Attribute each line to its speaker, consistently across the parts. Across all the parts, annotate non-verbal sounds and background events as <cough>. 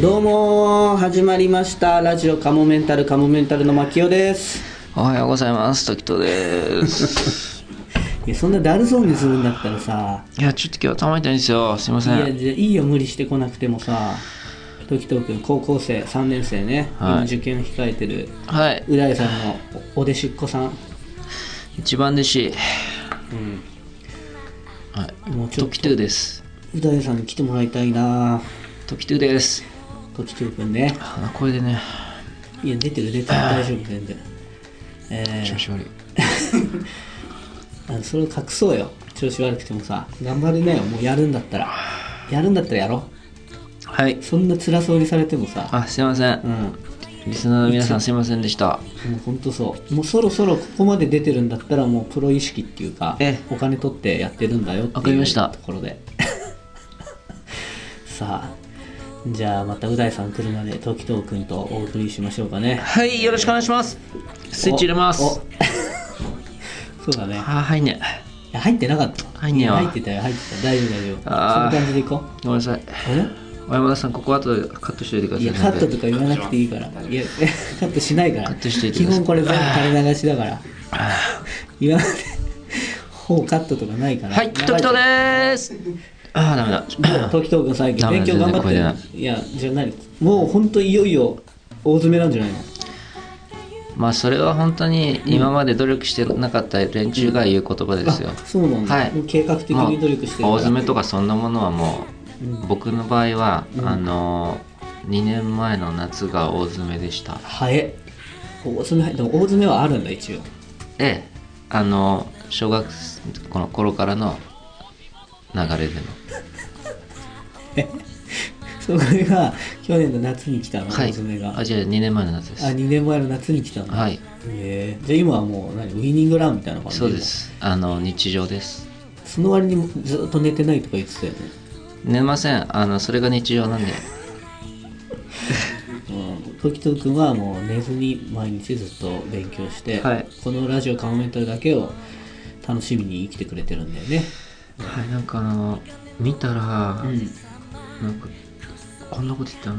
Speaker 1: どうもー始まりましたラジオカモメンタルカモメンタルの牧雄です
Speaker 2: おはようございます、時と <laughs> です。
Speaker 1: いやそんなだるそうにするんだったらさ
Speaker 2: いや、ちょっと今日頭痛いんですよ。すいま
Speaker 1: い
Speaker 2: せ
Speaker 1: や
Speaker 2: ん。
Speaker 1: じゃあいいよ無理してこなくてもさ時藤君高校生3年生ね、
Speaker 2: はい
Speaker 1: 今受験を控えてる
Speaker 2: はい、
Speaker 1: 浦井さんのおお弟子っ子さん、
Speaker 2: 一番弟子。はい、
Speaker 1: もうちょっ
Speaker 2: 時とです。
Speaker 1: と浦井さんに来てもらいたいな
Speaker 2: 時とです。
Speaker 1: 時藤君ね
Speaker 2: あ、これでね、
Speaker 1: いや出てる出てる大丈夫全然え
Speaker 2: 調子悪い。
Speaker 1: ー、あのそれを隠そうよ調子悪くてもさ頑張りなよもうやるんだったらやるんだったらやろ
Speaker 2: はい、
Speaker 1: そんな辛そうにされてもさ
Speaker 2: あ、すいませ。
Speaker 1: うんん
Speaker 2: リスナーの皆さん、すいませんでした。
Speaker 1: もうほんとそうもうそろそろここまで出てるんだったらもうプロ意識っていうか
Speaker 2: ええ
Speaker 1: お金取ってやってるんだよって
Speaker 2: わかり
Speaker 1: い
Speaker 2: ま
Speaker 1: う
Speaker 2: した
Speaker 1: ところで <laughs> さあじゃあまたう大さん来るまで時藤君とお送りしましょうかね
Speaker 2: はい、よろしくお願いします。スイッチ入れます。
Speaker 1: お <laughs> そうだね
Speaker 2: あ、はいね。
Speaker 1: いや入ってなかった
Speaker 2: 入んねえわ
Speaker 1: 入ってたよ入ってた大丈夫大丈夫そ
Speaker 2: あ
Speaker 1: の
Speaker 2: ー
Speaker 1: 感じでいこう
Speaker 2: ごめんなさい。小山田さん、ここ後でカットしといてく
Speaker 1: え
Speaker 2: ださい。
Speaker 1: いやカットとか言わなくていいからいやカットしないから
Speaker 2: カットしといて
Speaker 1: 基
Speaker 2: ください
Speaker 1: 本これ全部垂れ流しだから
Speaker 2: あ
Speaker 1: 今まで <laughs> ほうカットとかないから
Speaker 2: はい、時とです。あー、ダメだ。
Speaker 1: 時藤君最近
Speaker 2: ダメ
Speaker 1: 勉強頑張って
Speaker 2: 全然
Speaker 1: るいやじゃあ何もう本当いよいよ大詰めなんじゃないの
Speaker 2: まあそれは本当に今まで努力してなかった連中が言う言葉ですよ
Speaker 1: あ、そうなんだ、
Speaker 2: はい
Speaker 1: もう計画的
Speaker 2: まあ
Speaker 1: に努力してるから
Speaker 2: 大詰めとかそんなものはもう僕の場合は、あの2年前の夏が大詰めでした
Speaker 1: 早え大詰めでも大詰めはあるんだ一応
Speaker 2: ええあの小学この頃からの流れでの
Speaker 1: それが去年の夏に来たの、
Speaker 2: は
Speaker 1: 大
Speaker 2: い
Speaker 1: 詰めがあ
Speaker 2: あじゃあ2年前の夏です
Speaker 1: 2年前の夏に来たの
Speaker 2: はいい
Speaker 1: へえじゃあ今はもう何ウィニングランみたいな感じ
Speaker 2: そうですあの日常です
Speaker 1: その割にもずっと寝てないとか言ってたよね
Speaker 2: 寝ませんあのそれが日常なんで
Speaker 1: うん時藤君はもう寝ずに毎日ずっと勉強して、
Speaker 2: はい
Speaker 1: このラジオカモメンタルだけを楽しみに生きてくれてるんだよね
Speaker 2: はいなんかあの見たら、
Speaker 1: うん
Speaker 2: なんかこんなこと言ったら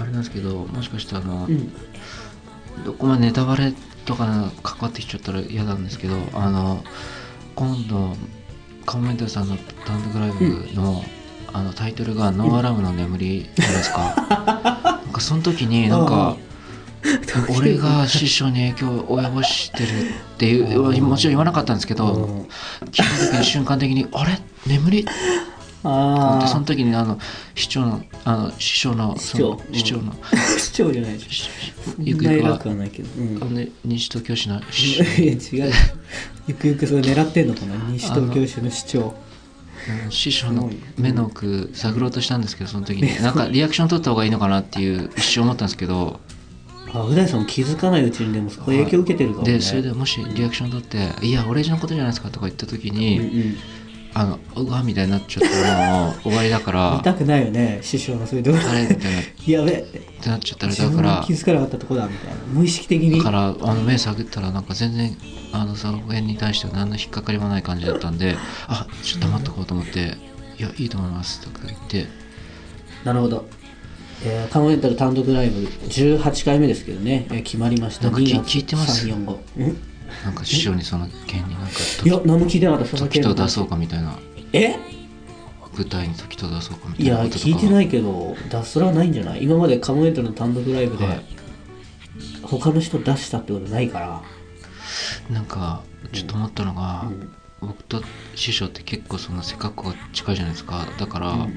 Speaker 2: あれなんですけどもしかしてあの、
Speaker 1: うん
Speaker 2: どこまでネタバレとかなんか関わってきちゃったら嫌なんですけどあの今度カモメンタルさんの単独ライブの,、あのタイトルが「ノーアラームの眠り」じゃないで
Speaker 1: <laughs>
Speaker 2: すかなんかその時になんか俺が師匠に影響を及ぼしてるっていうもちろん言わなかったんですけ
Speaker 1: う
Speaker 2: ど
Speaker 1: ん
Speaker 2: 聞いた時に瞬間的に「あれ眠り?」でそ
Speaker 1: あ
Speaker 2: の時にあの市長のあの師匠の
Speaker 1: 市長
Speaker 2: その市長の、
Speaker 1: あ市長じゃないでしょ
Speaker 2: しゆ
Speaker 1: ゆ
Speaker 2: く
Speaker 1: くゆ
Speaker 2: ゆ
Speaker 1: く
Speaker 2: く
Speaker 1: は
Speaker 2: は
Speaker 1: くはないけど、うん、い
Speaker 2: あのね西東京市の市
Speaker 1: や違うゆくゆくそれ狙ってんのかな西東京市の市長
Speaker 2: うん師匠の目の奥探ろうとしたんですけどその時になんかリアクション取った方がいいのかなっていう一瞬思ったんですけど
Speaker 1: あう大さんも気づかないうちにでもそこ影響受けてるかもね
Speaker 2: でそれでもしリアクション取って「いや俺のことじゃないですか」とか言った時に、
Speaker 1: うんうん
Speaker 2: あのうわみたいになっちゃったらもう終わりだから
Speaker 1: 見たくないよね師匠のそういう動画
Speaker 2: あれみたいなっ
Speaker 1: <laughs> やべえ
Speaker 2: てなっちゃったら
Speaker 1: 自
Speaker 2: だか
Speaker 1: 分が
Speaker 2: ら
Speaker 1: 気づかなかったとこだみたいな無意識的に
Speaker 2: だからあの目探ったらなんか全然あの作品に対しては何の引っかかりもない感じだったんで「あちょっと黙っとこう」と思って「いやいいと思います」とか言って
Speaker 1: なるほど、えー、カモメンタル単独ライブ18回目ですけどね、えー決まりました
Speaker 2: なんか聞
Speaker 1: 2月
Speaker 2: 聞いてます
Speaker 1: 345ん
Speaker 2: なんか師匠にその件になんか
Speaker 1: いや何も聞いてなかったその
Speaker 2: 時
Speaker 1: 件
Speaker 2: と出そうかみたいな
Speaker 1: え
Speaker 2: 舞台に時と出そうかみた
Speaker 1: い
Speaker 2: いな
Speaker 1: や
Speaker 2: こととか
Speaker 1: 聞いてないいけど脱それはないんじゃない今までカモメンタルの単独ライブで、
Speaker 2: はい
Speaker 1: 他の人出したってことないから
Speaker 2: なんかちょっと思ったのが、僕と師匠って結構その背格好が近いじゃないですかだから、なんか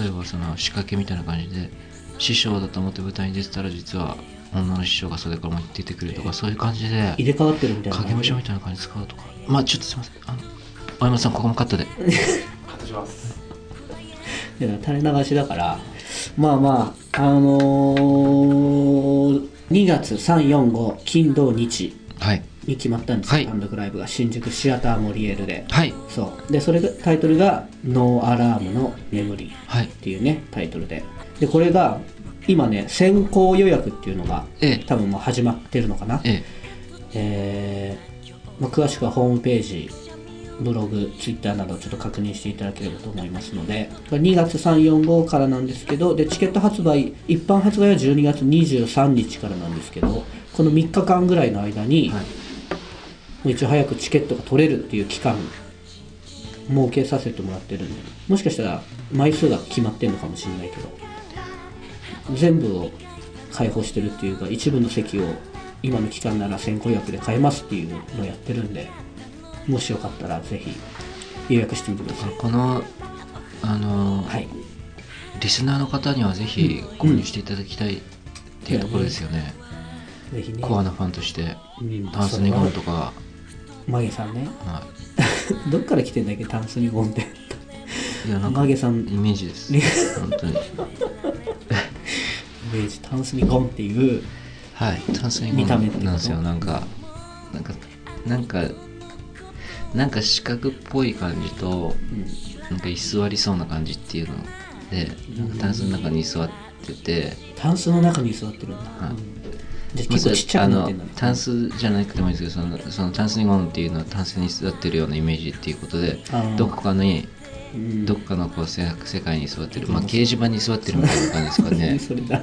Speaker 2: 例えばその仕掛けみたいな感じで師匠だと思って舞台に出てたら実は女の師匠が袖から出てくるとかそういう感じで
Speaker 1: 入れ替わってるみたいな
Speaker 2: 影武者みたいな感じ使うとかまあちょっとすいませんあの青山さんここもカットで
Speaker 1: いや垂れ流しだからまあまああのー、2月345金土日
Speaker 2: はい
Speaker 1: に決まったんですよ、
Speaker 2: はい
Speaker 1: 単独ライブが新宿シアターモリエルで
Speaker 2: はい
Speaker 1: そうでそれがタイトルが「ノーアラームの眠り」
Speaker 2: はい
Speaker 1: っていうねタイトルででこれが今ね先行予約っていうのが
Speaker 2: ええ
Speaker 1: 多分もう始まってるのかな
Speaker 2: え
Speaker 1: え
Speaker 2: え
Speaker 1: ーまあ、詳しくはホームページブログ、ツイッターなどちょっと確認していただければと思いますので、これ2月3、4、5からなんですけど、で、チケット発売、一般発売は12月23日からなんですけど、この3日間ぐらいの間に、
Speaker 2: はい
Speaker 1: もう一応早くチケットが取れるっていう期間、設けさせてもらってるんで、もしかしたら枚数が決まってるのかもしれないけど、全部を開放してるっていうか、一部の席を今の期間なら1500で買えますっていうのをやってるんで、もしよかったらぜひ予約してみてください。
Speaker 2: このあの、
Speaker 1: はい。
Speaker 2: リスナーの方にはぜひ購入していただきたいっていうところですよね、
Speaker 1: ぜひね。
Speaker 2: コアなファンとして
Speaker 1: うん
Speaker 2: ダンスニゴンとか、
Speaker 1: マゲさんね。 <laughs>
Speaker 2: は
Speaker 1: どっから来てんだっけ、タンスニゴ <laughs> ンって。
Speaker 2: い、いやなんか
Speaker 1: マ
Speaker 2: イ
Speaker 1: ゲさん
Speaker 2: メージです
Speaker 1: ね
Speaker 2: 本当に
Speaker 1: イメージ、タンスニゴンっていう、
Speaker 2: はいダンスニ
Speaker 1: 見た目ってこと
Speaker 2: ゴンなんですよなんかなんかなんかなんか四角っぽい感じと
Speaker 1: うん
Speaker 2: なんか居座りそうな感じっていうのでなんかダンスの中に居座ってて、
Speaker 1: タンスの中に座ってるんだ。
Speaker 2: い
Speaker 1: うんじゃあ
Speaker 2: まあ
Speaker 1: 結構ちっちゃくなってんだ
Speaker 2: あ
Speaker 1: ね
Speaker 2: の。タンスじゃなくてもいいですけどそのそのタンスにゴンっていうのはタンスに座ってるようなイメージっていうことで
Speaker 1: あー
Speaker 2: どこかに
Speaker 1: うん
Speaker 2: どこかのこう世世界に座ってる、まあ、掲示板に座ってるみたいな感じですか
Speaker 1: <laughs>
Speaker 2: ね
Speaker 1: それだ。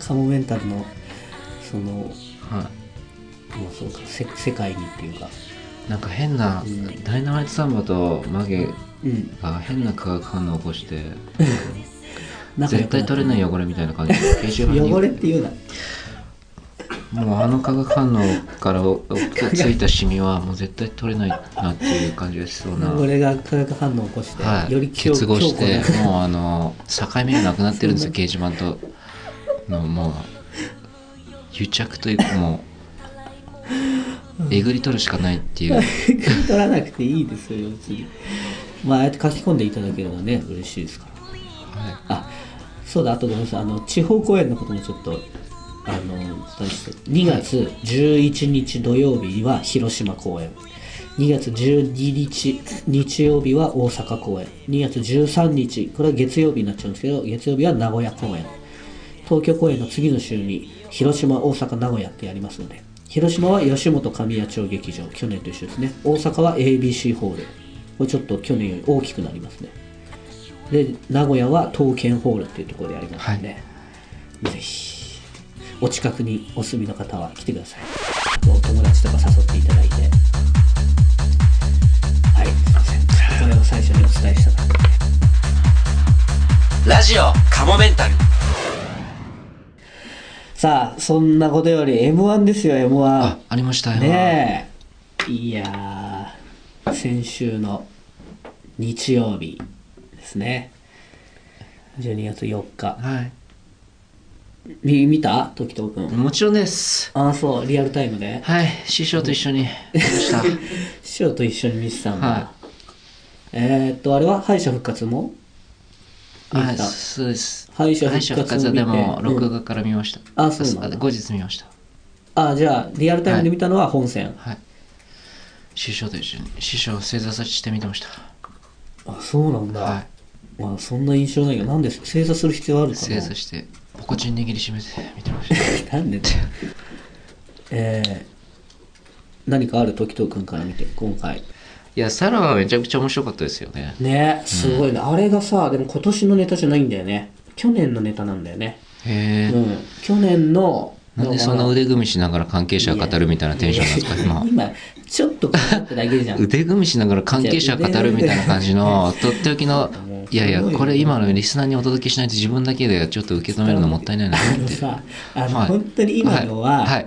Speaker 1: カモメンタルの、その、ま
Speaker 2: <laughs> はい、は
Speaker 1: あそうか、せ世界にっていうか。
Speaker 2: い、なんか変な、
Speaker 1: うん
Speaker 2: ダイナマイトサンバとマゲ
Speaker 1: うん。
Speaker 2: が変な化学反応を起こして
Speaker 1: 仲良
Speaker 2: 絶
Speaker 1: くな
Speaker 2: 対
Speaker 1: った
Speaker 2: 取れない汚れみたいな感じで掲示板に
Speaker 1: 汚れって言うな。
Speaker 2: もうあの化学反応からおついたシミはもう絶対取れないなっていう感じがしそうな
Speaker 1: 汚れが化学反応を起こして、
Speaker 2: はい、
Speaker 1: より強
Speaker 2: 結合して
Speaker 1: 強固な <laughs>
Speaker 2: もうあの境目がなくなってるんですよ掲示板とのもう癒着というかもうえぐり取るしかないっていう
Speaker 1: 汲み取らなくていいですよ別にまあああやって書き込んでいただければね嬉しいですから
Speaker 2: は
Speaker 1: あそうだあとごめんなさいあの地方公演のこともちょっとあのお伝えして2月11日土曜日は広島公演2月12日日曜日は大阪公演2月13日これは月曜日になっちゃうんですけど月曜日は名古屋公演東京公演の次の週に広島大阪名古屋ってやりますので広島は吉本神谷町劇場去年と一緒ですね大阪は ABC ホールこれちょっと去年より大きくなりますねで名古屋は刀剣ホールっていうところでやりますので、ぜひお近くにお住みの方は来てくださいお友達とか誘っていただいてはいすいませんこれを最初にお伝えしたかった
Speaker 2: いラジオカモメンタル
Speaker 1: さあそんなことより m 1ですよ m
Speaker 2: あ
Speaker 1: 1
Speaker 2: ありましたよ、
Speaker 1: ねえいやー先週の日曜日ですね12月4日
Speaker 2: は
Speaker 1: み見た時藤君
Speaker 2: いもちろんです
Speaker 1: ああそうリアルタイムで
Speaker 2: はい師匠と一緒
Speaker 1: <laughs>
Speaker 2: にやりました
Speaker 1: 師匠と一緒に見てたんだ、
Speaker 2: は
Speaker 1: えー、っとあれは敗者復活も
Speaker 2: い、は
Speaker 1: 見
Speaker 2: い、
Speaker 1: た
Speaker 2: そうです
Speaker 1: 敗者
Speaker 2: 敗
Speaker 1: 復
Speaker 2: 者
Speaker 1: 活を見
Speaker 2: 復
Speaker 1: て
Speaker 2: 活はでも
Speaker 1: うん
Speaker 2: 録画から見ました、
Speaker 1: あそうなんだ
Speaker 2: 後日見ました
Speaker 1: あじゃあリアルタイムで見たのは本戦、
Speaker 2: はい師匠と一緒に師匠を正座させて見てました
Speaker 1: あそうなんだ、
Speaker 2: はい
Speaker 1: まあ、そんな印象ないけどなんで正座する必要あるかな
Speaker 2: 正座してポコチン握りしめて見てました <laughs>
Speaker 1: なんでだよえー、何かある時藤君から見て今回
Speaker 2: いやサラはめちゃくちゃ面白かったですよね
Speaker 1: ねすごいね、あれがさでも今年のネタじゃないんだよね去年のネタなんだよね
Speaker 2: へえ、
Speaker 1: うん去年の
Speaker 2: なんでそんな腕組みしながら関係者
Speaker 1: いや
Speaker 2: 語るみたいなテンションなんですか
Speaker 1: いや
Speaker 2: 今
Speaker 1: 今ちょっとこうなっただけ
Speaker 2: <laughs>
Speaker 1: じゃん
Speaker 2: 腕組みしながら関係者語るみたいな感じ
Speaker 1: <laughs>
Speaker 2: のとっておきの
Speaker 1: もう
Speaker 2: いやいや
Speaker 1: すごいよ
Speaker 2: これ今のリスナーにお届けしないと自分だけでちょっと受け止めるのもったいないなと
Speaker 1: あ
Speaker 2: 思
Speaker 1: の
Speaker 2: って
Speaker 1: さあの、
Speaker 2: はい
Speaker 1: 本当に今のは、
Speaker 2: はい、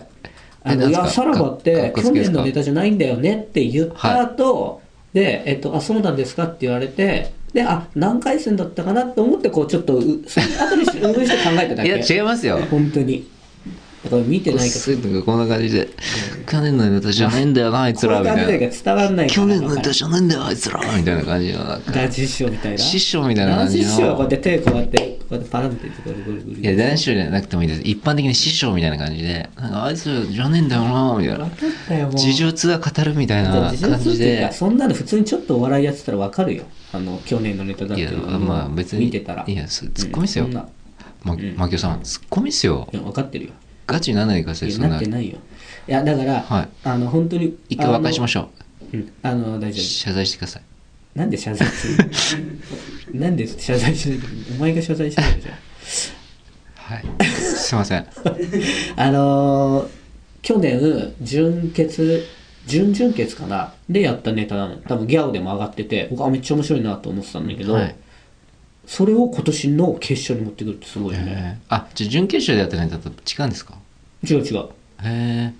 Speaker 1: あのいやさらばって去年のネタじゃないんだよねって言った後、で、えっと、あそうなんですかって言われてであ何回戦だったかなと思ってこうちょっとうその後にし運営して考えただ
Speaker 2: い
Speaker 1: け
Speaker 2: や違いますよ
Speaker 1: 本当にだから見てないか
Speaker 2: そういうのがこんな感じで去年のネタじゃないんだよなあいつ
Speaker 1: ら
Speaker 2: らみた
Speaker 1: 感じだ
Speaker 2: いな
Speaker 1: け伝わんないから
Speaker 2: 去年のネタじゃないんだよあいつらみたいな感じのなん
Speaker 1: <laughs>
Speaker 2: か
Speaker 1: ガチ師匠みたいな
Speaker 2: 師匠みたいな感じの
Speaker 1: 男子師匠はこうやって手こうやってこうやってパランってこうやってゴリゴリゴ
Speaker 2: い
Speaker 1: リ
Speaker 2: や、男子じゃなくてもいいです。一般的に師匠みたいな感じで、なんかあいつじゃねえんだよなみたい
Speaker 1: 分
Speaker 2: な。
Speaker 1: かったよもう
Speaker 2: 事情通話語るみたいな
Speaker 1: 事情
Speaker 2: 感
Speaker 1: 通っ
Speaker 2: じ
Speaker 1: ていう
Speaker 2: で
Speaker 1: か。そんなの普通にちょっとお笑いやってたらわかるよあの去年のネタだっ
Speaker 2: い
Speaker 1: て
Speaker 2: や、まあ別に。
Speaker 1: 見てたら
Speaker 2: いや、すツッコミっすよ
Speaker 1: うんそん。な
Speaker 2: ま、マキオさん、ツッコミっすよ
Speaker 1: い。や分かってるよ
Speaker 2: ガチにならないでください、
Speaker 1: いや
Speaker 2: そん
Speaker 1: な
Speaker 2: な
Speaker 1: って。ないよいやだから、
Speaker 2: はい
Speaker 1: あの本当に
Speaker 2: 一回和解しましょう。
Speaker 1: うん、あの大丈夫
Speaker 2: 謝罪してください
Speaker 1: なんで謝罪するの <laughs> なんで謝罪しないとお前が謝罪しないじゃん
Speaker 2: はいすいません
Speaker 1: <laughs> あのー去年、準決、準々決かなでやったネタなのよ。多分ギャオでも上がってて、僕はめっちゃ面白いなと思ってたんだけど、
Speaker 2: はい
Speaker 1: それを今年の決勝に持ってくるってすごいよね。
Speaker 2: えーあじゃあ準決勝でやったネタと違うんですか
Speaker 1: 違う違う。
Speaker 2: へ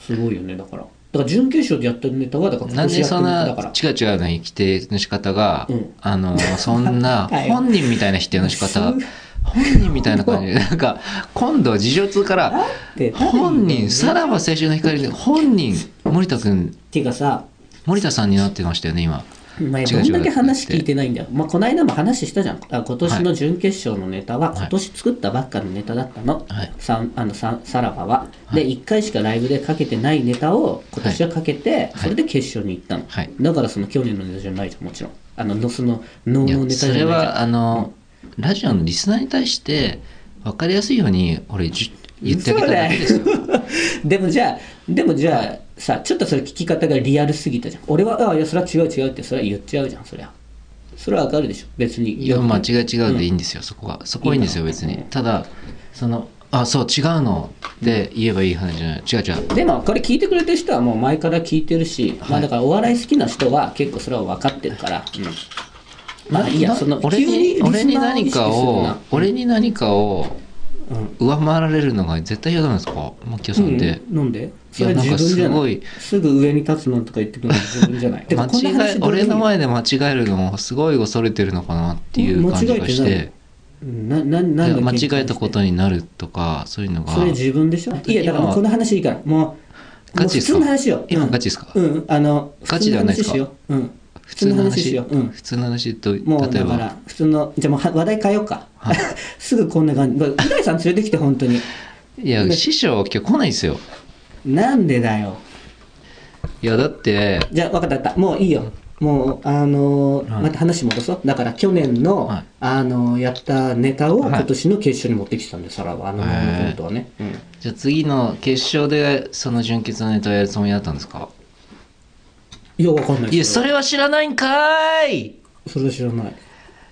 Speaker 1: すごいよね、だから。だから準決勝でやったネタは、だか
Speaker 2: え
Speaker 1: ら
Speaker 2: なんで
Speaker 1: やった
Speaker 2: そんな
Speaker 1: だから。
Speaker 2: 違う違うの規定の仕方が、
Speaker 1: うん
Speaker 2: あのそんな
Speaker 1: <laughs> はい
Speaker 2: 本人みたいな否定の仕方本人みたい
Speaker 1: <laughs>
Speaker 2: な感じでなんか今度事情通から
Speaker 1: で
Speaker 2: 本人さらば青春の光で本人森田君
Speaker 1: っていうかさ、
Speaker 2: 森田さんになってましたよね今
Speaker 1: お前
Speaker 2: 違う
Speaker 1: ど
Speaker 2: 違うん
Speaker 1: だけ話聞いてないんだよ。まあ、この間も話したじゃん。あ今年の準決勝のネタは、
Speaker 2: い
Speaker 1: 今年作ったばっかのネタだったの。
Speaker 2: はい
Speaker 1: さんあのささらばは。
Speaker 2: は
Speaker 1: で、1回しかライブでかけてないネタを今年はかけて、それで決勝に行ったの。
Speaker 2: はい
Speaker 1: だからその去年のネタじゃないじゃん、もちろん。あの、のその、能
Speaker 2: いや
Speaker 1: のネタじゃ
Speaker 2: そ
Speaker 1: ないじ
Speaker 2: れ
Speaker 1: ゃん。
Speaker 2: はあの、ラジオのリスナーに対して分かりやすいように俺じゅ言ってあげただけですよ
Speaker 1: でもじゃあ、でもじゃあ、さ、ちょっとそれ聞き方がリアルすぎたじゃん。俺は、ああ、いや、それは違う違うって、それは言っちゃうじゃん、そりゃ。それはわかるでしょ、別に。
Speaker 2: いやまあ違う違うでいいんですよ、そこはそこはいいんですよ
Speaker 1: いいの
Speaker 2: 別にただそのあそう違うので言えばいい話じゃない違う違う
Speaker 1: でもこれ聞いてくれてる人はもう前から聞いてるし、まあだからお笑い好きな人は結構それは分かってるから、うん、まあいいや
Speaker 2: な
Speaker 1: その
Speaker 2: 俺
Speaker 1: 急
Speaker 2: に
Speaker 1: リスナー
Speaker 2: 俺に何か
Speaker 1: 意
Speaker 2: を
Speaker 1: 識
Speaker 2: 俺に何かを
Speaker 1: するな
Speaker 2: 上回られるのが絶対嫌なんですかマッキオさ
Speaker 1: うん
Speaker 2: んって、
Speaker 1: うん、なんでそれは自分じゃ
Speaker 2: なんかす
Speaker 1: な
Speaker 2: ご
Speaker 1: い
Speaker 2: い
Speaker 1: すぐ上に立つのとか言ってくるの自分じ
Speaker 2: <laughs>
Speaker 1: ゃないで
Speaker 2: 間
Speaker 1: もこんな
Speaker 2: 違
Speaker 1: 話
Speaker 2: え
Speaker 1: どうで
Speaker 2: 俺
Speaker 1: もい
Speaker 2: の
Speaker 1: い
Speaker 2: 前で間違えるのをすごい恐れてるのかなっていう感じがし
Speaker 1: 間違えてな
Speaker 2: て
Speaker 1: いうんなななん
Speaker 2: で
Speaker 1: で
Speaker 2: 間違えたことになるとかそういうのが
Speaker 1: それ自分でしょいやだからもうこの話いいからもう
Speaker 2: ガチです
Speaker 1: もう普通
Speaker 2: か
Speaker 1: の話よ
Speaker 2: 今
Speaker 1: うん
Speaker 2: ガチですか
Speaker 1: うんあの
Speaker 2: ガチではないですか
Speaker 1: 普通の話しよううん
Speaker 2: 普通の話
Speaker 1: しよううん
Speaker 2: 普通の話と例
Speaker 1: もう
Speaker 2: え
Speaker 1: だか
Speaker 2: ば
Speaker 1: ら普通のじゃあもうは話題変えようか、 <laughs> すぐこんな感じう大さん連れてきて本当に
Speaker 2: いや師匠今日来ないんですよ
Speaker 1: なんでだよ
Speaker 2: いやだって
Speaker 1: じゃあ分かった分かったもういいよもうあのー
Speaker 2: はい
Speaker 1: また話戻そうだから去年の、
Speaker 2: はい
Speaker 1: あのーやったネタを
Speaker 2: はい
Speaker 1: 今年の決勝に持ってきてたんでさらばあの
Speaker 2: へ
Speaker 1: ー
Speaker 2: ー
Speaker 1: コントはね、うん
Speaker 2: じゃあ次の決勝でその純潔のネタをやるつもりだったんですか
Speaker 1: いや分かんない
Speaker 2: いやそれは知らないんかーい
Speaker 1: それは知らない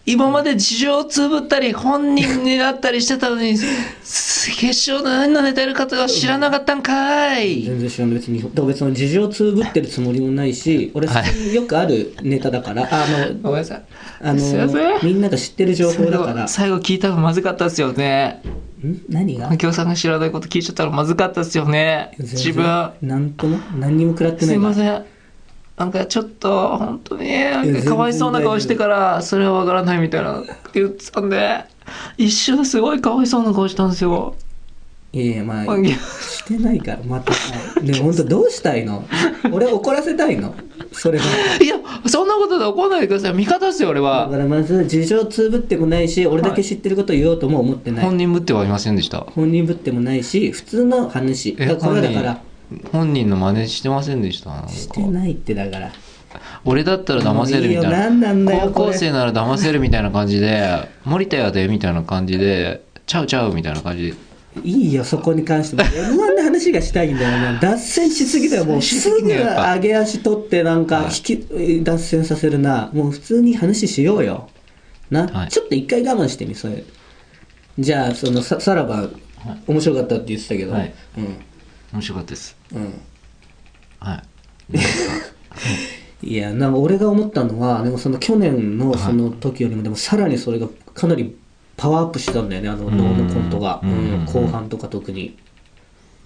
Speaker 2: 今まで事情をつぶったり本人になったりしてたのにす決勝の何のネタやるかとは知らなかったんかーい
Speaker 1: 全然知らない別にだから別に事情をつぶってるつもりもないし俺
Speaker 2: はい
Speaker 1: 普通によくあるネタだから、あの
Speaker 2: ごめんなさい
Speaker 1: あの
Speaker 2: すいませ
Speaker 1: ーみんなが知ってる情報だから
Speaker 2: ん最後聞いたらまずかったですよね
Speaker 1: ん何が
Speaker 2: 右京さんが知らないこと聞いちゃったらまずかったですよね
Speaker 1: 全然
Speaker 2: 自分
Speaker 1: なんとも何にも食らって
Speaker 2: す
Speaker 1: ないい
Speaker 2: ま
Speaker 1: ん
Speaker 2: せんなんかちょっと本当になん
Speaker 1: 全
Speaker 2: か
Speaker 1: 然
Speaker 2: かわいそうな顔してからそれはわからないみたいなって言ってたんで一瞬すごいかわいそうな顔したんですよ
Speaker 1: いやいやまあ
Speaker 2: いや
Speaker 1: してないからまたね本当どうしたいの俺怒らせたいのそれが
Speaker 2: いやそんなことで怒んないでください味方ですよ俺
Speaker 1: だ
Speaker 2: は
Speaker 1: からまず事情つぶってもないし俺だけ知ってることを言おうとも思ってない、
Speaker 2: 本人ぶってはいませんでした
Speaker 1: 本人ぶってもないし普通の話だ
Speaker 2: え
Speaker 1: からこれだから
Speaker 2: 本人本人の真似してませんでしたなんか
Speaker 1: してないってだから
Speaker 2: 俺だったら騙せるみ
Speaker 1: もう
Speaker 2: たい
Speaker 1: いいよ
Speaker 2: な
Speaker 1: 何なんだよ
Speaker 2: 高
Speaker 1: こ
Speaker 2: 校
Speaker 1: れ
Speaker 2: 生なら騙せるみたいな感じで森田やでみたいな感じでちゃうちゃうみたいな感じで
Speaker 1: いいよそこに関しても m 1の話がしたいんだよな脱線しすぎだよもう
Speaker 2: し
Speaker 1: す
Speaker 2: す
Speaker 1: ぐ
Speaker 2: ぎだよやっぱ
Speaker 1: 上げ足取ってなんか引き脱線させるなもう普通に話しようよな、
Speaker 2: はい
Speaker 1: ちょっと一回我慢してみそれじゃあそのささらば面白かったって言ってたけど、
Speaker 2: はい
Speaker 1: うん
Speaker 2: 面白かったです
Speaker 1: うん <laughs>
Speaker 2: はい
Speaker 1: いやなんか俺が思ったのはでもその去年のその時よりもでもさらにそれがかなりパワーアップしたんだよねあの脳のコントが、
Speaker 2: うん
Speaker 1: うん後半とか特に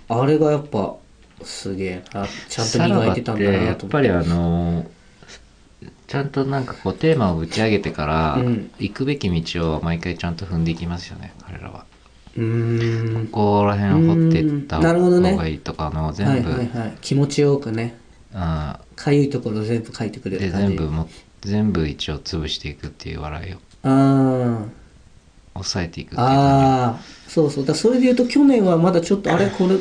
Speaker 1: あれがやっぱすげえなちゃんと磨いてたんだ
Speaker 2: さらばっ
Speaker 1: な
Speaker 2: てやっ
Speaker 1: と思
Speaker 2: ぱ
Speaker 1: って
Speaker 2: りあのちゃんとなんかこうテーマを打ち上げてから、
Speaker 1: うん
Speaker 2: 行くべき道を毎回ちゃんと踏んでいきますよね彼らは
Speaker 1: うーん
Speaker 2: ここら辺を掘っていった
Speaker 1: うんなるほどね
Speaker 2: 方がいいとかの
Speaker 1: は
Speaker 2: 全
Speaker 1: い
Speaker 2: 部、
Speaker 1: はいはい気持ちよくね
Speaker 2: あ
Speaker 1: かゆいところ全部書いてく
Speaker 2: ー
Speaker 1: れ
Speaker 2: で
Speaker 1: る感
Speaker 2: 全
Speaker 1: じ
Speaker 2: 部も全部一応潰していくっていう笑いを
Speaker 1: あー
Speaker 2: 抑えていくっていう感
Speaker 1: あーそうそうだからそれで言うと去年はまだちょっとあれこれ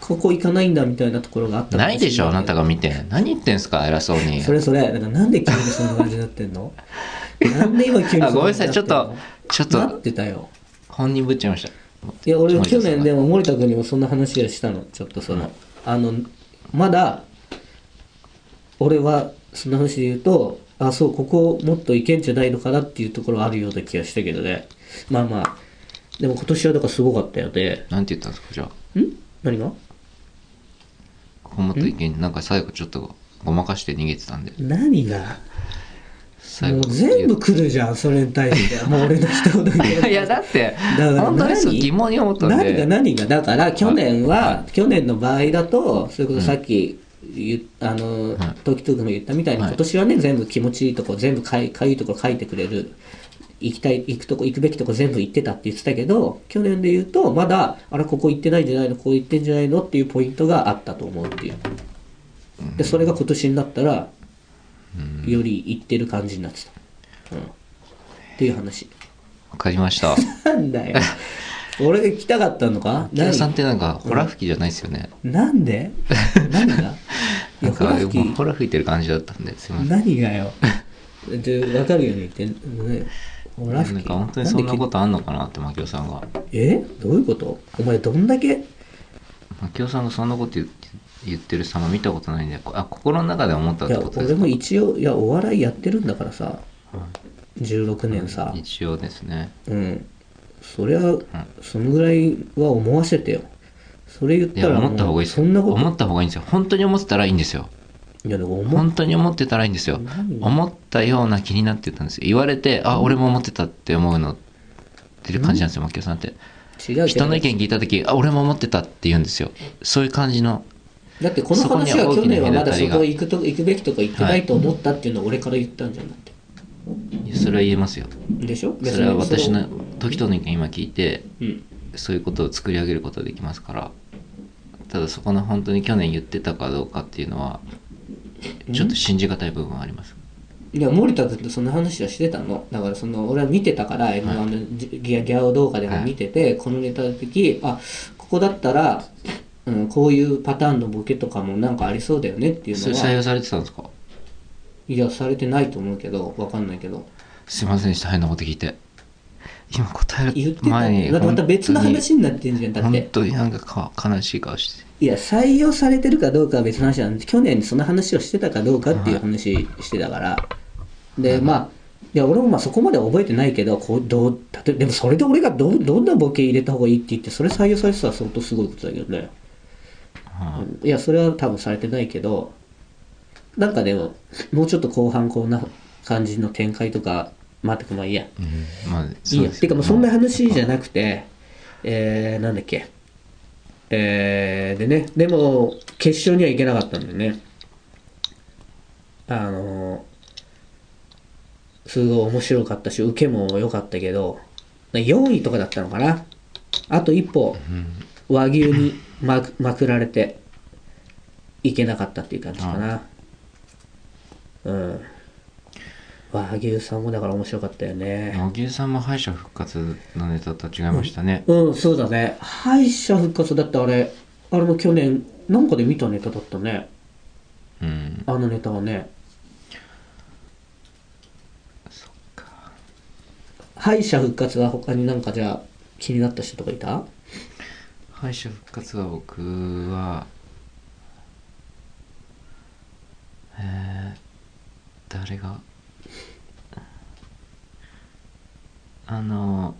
Speaker 1: ここ行かないんだみたいなところがあっ
Speaker 2: じ
Speaker 1: たかも
Speaker 2: ないでしょあ
Speaker 1: れ
Speaker 2: なたが見て何言ってんすか偉そうに
Speaker 1: それそれ、だからなんで急にそんな感じになってんのなんで今急に
Speaker 2: あごめんなさい
Speaker 1: 感
Speaker 2: ち
Speaker 1: じ
Speaker 2: ょっ
Speaker 1: にな
Speaker 2: とちょ
Speaker 1: て
Speaker 2: っ
Speaker 1: んのな
Speaker 2: と
Speaker 1: ってたよ。
Speaker 2: 本人ぶっちゃいました
Speaker 1: いや、俺、去年で
Speaker 2: も
Speaker 1: も森田君にもそんな話をしたの、ちょっとその、あの、まだ、俺はその話で言うとあそうここもっといけんじゃないのかなっていうところはあるような気がしたけどねまあまあでも今年はだからすごかったよね
Speaker 2: なんて言ったんですかじゃあ
Speaker 1: ん何が
Speaker 2: ここもっといけんなんか最後ちょっとごまかして逃げてたんで
Speaker 1: 何が
Speaker 2: 最
Speaker 1: も
Speaker 2: 後
Speaker 1: う全部来るじゃんそれに対してもう俺の一言
Speaker 2: い <laughs> やいや
Speaker 1: に
Speaker 2: だって
Speaker 1: だから
Speaker 2: 本当にそう
Speaker 1: 何
Speaker 2: 疑問に思ったん
Speaker 1: 何が
Speaker 2: で
Speaker 1: 何がだから去年は去年の場合だとそれこそさっき言っあの
Speaker 2: はい
Speaker 1: 時々も言ったみたいに
Speaker 2: はい
Speaker 1: 今年はね全部気持ちいいとこ全部かいかゆいとこ書いてくれる行きたい行くとこ行くべきとこ全部行ってたって言ってたけど去年で言うとまだあれここ行ってないんじゃないのここ行ってんじゃないのっていうポイントがあったと思うっていうでそれが今年になったらより行ってる感じになってた、うん、っていう話
Speaker 2: わかりました
Speaker 1: なんだよ俺が行きたかったのか
Speaker 2: 木田
Speaker 1: 何
Speaker 2: さんってなんかホラ吹きじゃないですよね
Speaker 1: なんで何がい
Speaker 2: <laughs> な
Speaker 1: や、
Speaker 2: ん
Speaker 1: ほ
Speaker 2: から
Speaker 1: 吹
Speaker 2: もう
Speaker 1: き
Speaker 2: ホラ吹いてる感じだったんですいません
Speaker 1: 何がよ。で、わかるように言ってんのね。ほら
Speaker 2: な
Speaker 1: 吹
Speaker 2: ん
Speaker 1: き。
Speaker 2: か本当にそんな
Speaker 1: なんで
Speaker 2: ことあんのかなって槙尾さんが
Speaker 1: きえどういうことお前どんだけ
Speaker 2: 槙尾さんがそんなこと言って言ってる様見たことないんでこあ心の中で思ったっ
Speaker 1: い
Speaker 2: て
Speaker 1: や
Speaker 2: ことで
Speaker 1: 俺
Speaker 2: す
Speaker 1: も
Speaker 2: か
Speaker 1: 一応いやお笑いやってるんだからさ16年さ
Speaker 2: 一応ですね
Speaker 1: うんそりゃそのぐらいは思わせてよそれ言っ
Speaker 2: い
Speaker 1: た
Speaker 2: や
Speaker 1: ら
Speaker 2: 思った方
Speaker 1: も
Speaker 2: がいういです
Speaker 1: そんなこ
Speaker 2: 思った方がいいんですよ本当に思ってたらいいんですよ
Speaker 1: といやでも思っ
Speaker 2: 本当に思ってたらいいんですよ思ったような気になってたんですよ言われてあ俺も思ってたって思うのっていう感じなんですよ槙尾さんって
Speaker 1: 違うけど
Speaker 2: 人の意見聞いた時あ俺も思ってたって言うんですよそういう感じの
Speaker 1: だってこの話
Speaker 2: そこ
Speaker 1: は
Speaker 2: には
Speaker 1: 去年はまだ
Speaker 2: 大
Speaker 1: そ
Speaker 2: きな隔たりが
Speaker 1: こ行くと行くべきとか行ってないと思ったっていうのを俺から言ったんじゃなくて
Speaker 2: それは言えますよ
Speaker 1: でしょ
Speaker 2: それは
Speaker 1: 別に
Speaker 2: 私
Speaker 1: そ
Speaker 2: の時との意見今聞いて
Speaker 1: うん
Speaker 2: そういうことを作り上げることができますからただそこの本当に去年言ってたかどうかっていうのはちょっと信じがたい部分はあります
Speaker 1: いや森田君とその話はしてたのだからその俺は見てたから、m 1のじギャギャオ動画でも見てて、このネタの時あここだったら、うん、こういうパターンのボケとかもなんかありそうだよねっていう
Speaker 2: それ
Speaker 1: の
Speaker 2: 採
Speaker 1: は
Speaker 2: 用されてたんですか
Speaker 1: いやされてないと思うけどわかんないけど
Speaker 2: すいませんでした変なこと聞いて今答え
Speaker 1: 言っ
Speaker 2: る
Speaker 1: てた
Speaker 2: 前に
Speaker 1: だってまた別の話になってんじゃんだっ
Speaker 2: 本当に
Speaker 1: て
Speaker 2: 本当になんかか悲しい顔して
Speaker 1: いや採用されてるかどうかは別の話なんで去年その話をしてたかどうかっていう話してたから、でまあいや俺もまあそこまでは覚えてないけどこうどう例えばでもそれで俺がどうどんなボケ入れた方がいいって言ってそれ採用されてたら相当すごいことだけどね
Speaker 2: はい
Speaker 1: やそれは多分されてないけどなんかでももうちょっと後半こんな感じの展開とか待ってくまあいいや
Speaker 2: いうんまあ
Speaker 1: い
Speaker 2: そ
Speaker 1: いうや
Speaker 2: です
Speaker 1: てかもうそんな話じゃなくて、えー、なんだっけ、えー、でね、でも、決勝には行けなかったんでね、あのー、すごい面白かったし、受けも良かったけど、4位とかだったのかな、あと一歩、
Speaker 2: うん
Speaker 1: 和牛にまくまくられて、行けなかったっていう感じかな。うん。和牛さんもだから面白かったよね。
Speaker 2: 野牛さんも敗者復活のネタと違いましたね、
Speaker 1: うん、そうだね。敗者復活だってあれ、あれも去年、なんかで見たネタだったね。
Speaker 2: うん、
Speaker 1: あのネタはね。敗者復活は他になんかじゃあ気になった人とかいた
Speaker 2: 敗者復活は僕はえー、誰があの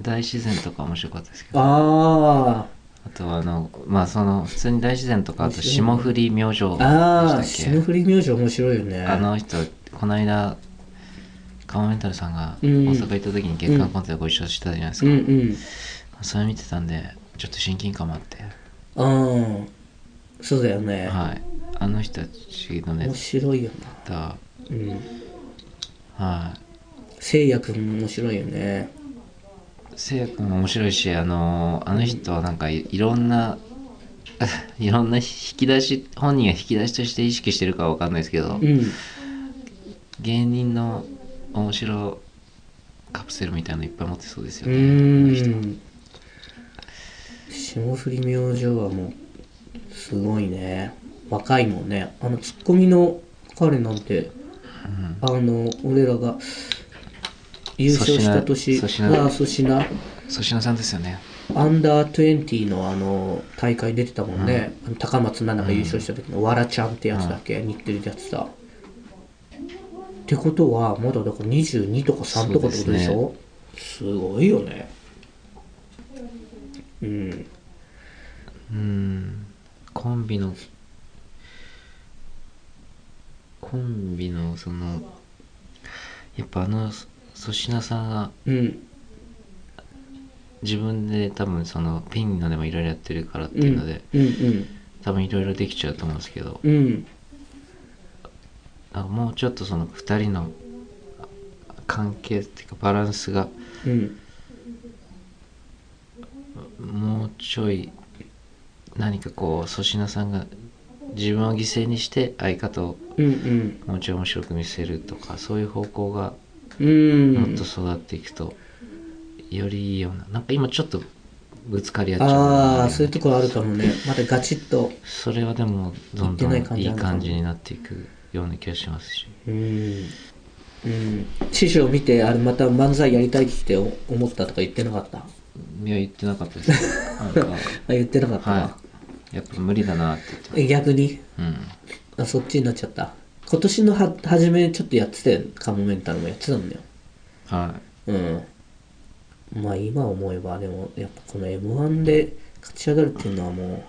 Speaker 2: 大自然とか面白かったですけどあ
Speaker 1: あ
Speaker 2: とはあのまあその普通に大自然とかあと霜降り明星でし
Speaker 1: あ、あ
Speaker 2: た
Speaker 1: あ、
Speaker 2: っけ
Speaker 1: 霜降り明星面白いよね。
Speaker 2: あの人この間カモメンタルさんが
Speaker 1: う
Speaker 2: 大
Speaker 1: ん
Speaker 2: 阪行った時に月間コントでご一緒したじゃないです
Speaker 1: う
Speaker 2: か、
Speaker 1: んうん。
Speaker 2: それ見てたんでちょっと親近感もあって、
Speaker 1: うん。そうだよね。
Speaker 2: はいあの人たちのネ
Speaker 1: 面白いよ
Speaker 2: タ
Speaker 1: な。うん。
Speaker 2: はい
Speaker 1: せいやくんも面白いよね。
Speaker 2: せいやくんも面白いしあのあの人はなんかいいろんな <laughs> いろんな引き出し本人が引き出しとして意識してるかは分かんないですけど
Speaker 1: うん。
Speaker 2: 芸人の面白カプセルみたいなのいっぱい持ってそうですよ
Speaker 1: う
Speaker 2: ね、
Speaker 1: ーん霜降り明星はもうすごいね若いもんねあのツッコミの彼なんて、あの俺らが優勝した年
Speaker 2: 粗品
Speaker 1: ああ
Speaker 2: 粗品
Speaker 1: 粗品
Speaker 2: 粗品さんですよね
Speaker 1: アンダー20のあの大会出てたもんね、あの高松菜奈が優勝した時のわらちゃんってやつだっけ、日テレでやってたってことはまだだから22とか3とかってことでしょす,、ごいよねうん
Speaker 2: うんコンビのコンビのそのやっぱあのそ粗品さんが
Speaker 1: うん
Speaker 2: 自分で多分そのピンのでもいろいろやってるからっていうので、
Speaker 1: うんうん
Speaker 2: 多分いろいろできちゃうと思うんですけど
Speaker 1: うん
Speaker 2: あもうちょっとその2人のあ関係っていうかバランスが
Speaker 1: うん
Speaker 2: もうちょい何かこう粗品さんが自分を犠牲にして相方を
Speaker 1: うんうん
Speaker 2: もうちょい面白く見せるとかそういう方向が
Speaker 1: うん
Speaker 2: もっと育っていくと、よりいいようななんか今ちょっとぶつかり合っちゃうな
Speaker 1: ああそういうところあるかもねまだガチッと
Speaker 2: それはでもどんど
Speaker 1: いってなんい感じな
Speaker 2: い
Speaker 1: いのかな
Speaker 2: 感じになっていくような気がしますし
Speaker 1: うん、うん、師匠見てあれまた漫才やりたいって思ったとか言ってなかったあ
Speaker 2: いや言ってなかったですなんか
Speaker 1: <laughs> 言ってなかったな、
Speaker 2: はいやっぱ無理だなって言ってまし
Speaker 1: え逆に
Speaker 2: たうん
Speaker 1: あそっちになっちゃった今年のは初めちょっとやってたよカモメンタルもやってたんだよ
Speaker 2: は
Speaker 1: うんまあ今思えばでもやっぱこの m 1で勝ち上がるっていうのはもう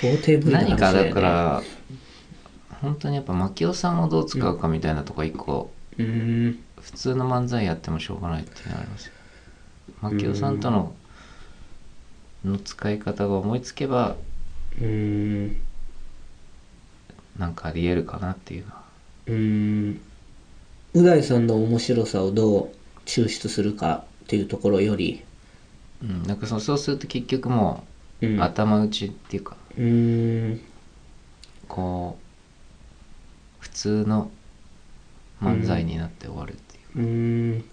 Speaker 1: 到底
Speaker 2: い、
Speaker 1: 無理な話
Speaker 2: 何か
Speaker 1: よね
Speaker 2: だから本当にやっぱ牧雄さんをどう使うかみたいなとこ一個、
Speaker 1: うん
Speaker 2: 普通の漫才やってもしょうがないっていうのはありますよ牧雄さんとのの使い方が思いつけば
Speaker 1: うん
Speaker 2: なんかありえるかなっていうのは
Speaker 1: うーんう大さんの面白さをどう抽出するかっていうところより、
Speaker 2: うん、なんかそのそうすると結局も
Speaker 1: う
Speaker 2: う、
Speaker 1: ん、
Speaker 2: 頭打ちっていうか
Speaker 1: うーん
Speaker 2: こう普通の漫才になって終わるってい
Speaker 1: うー
Speaker 2: う、
Speaker 1: ん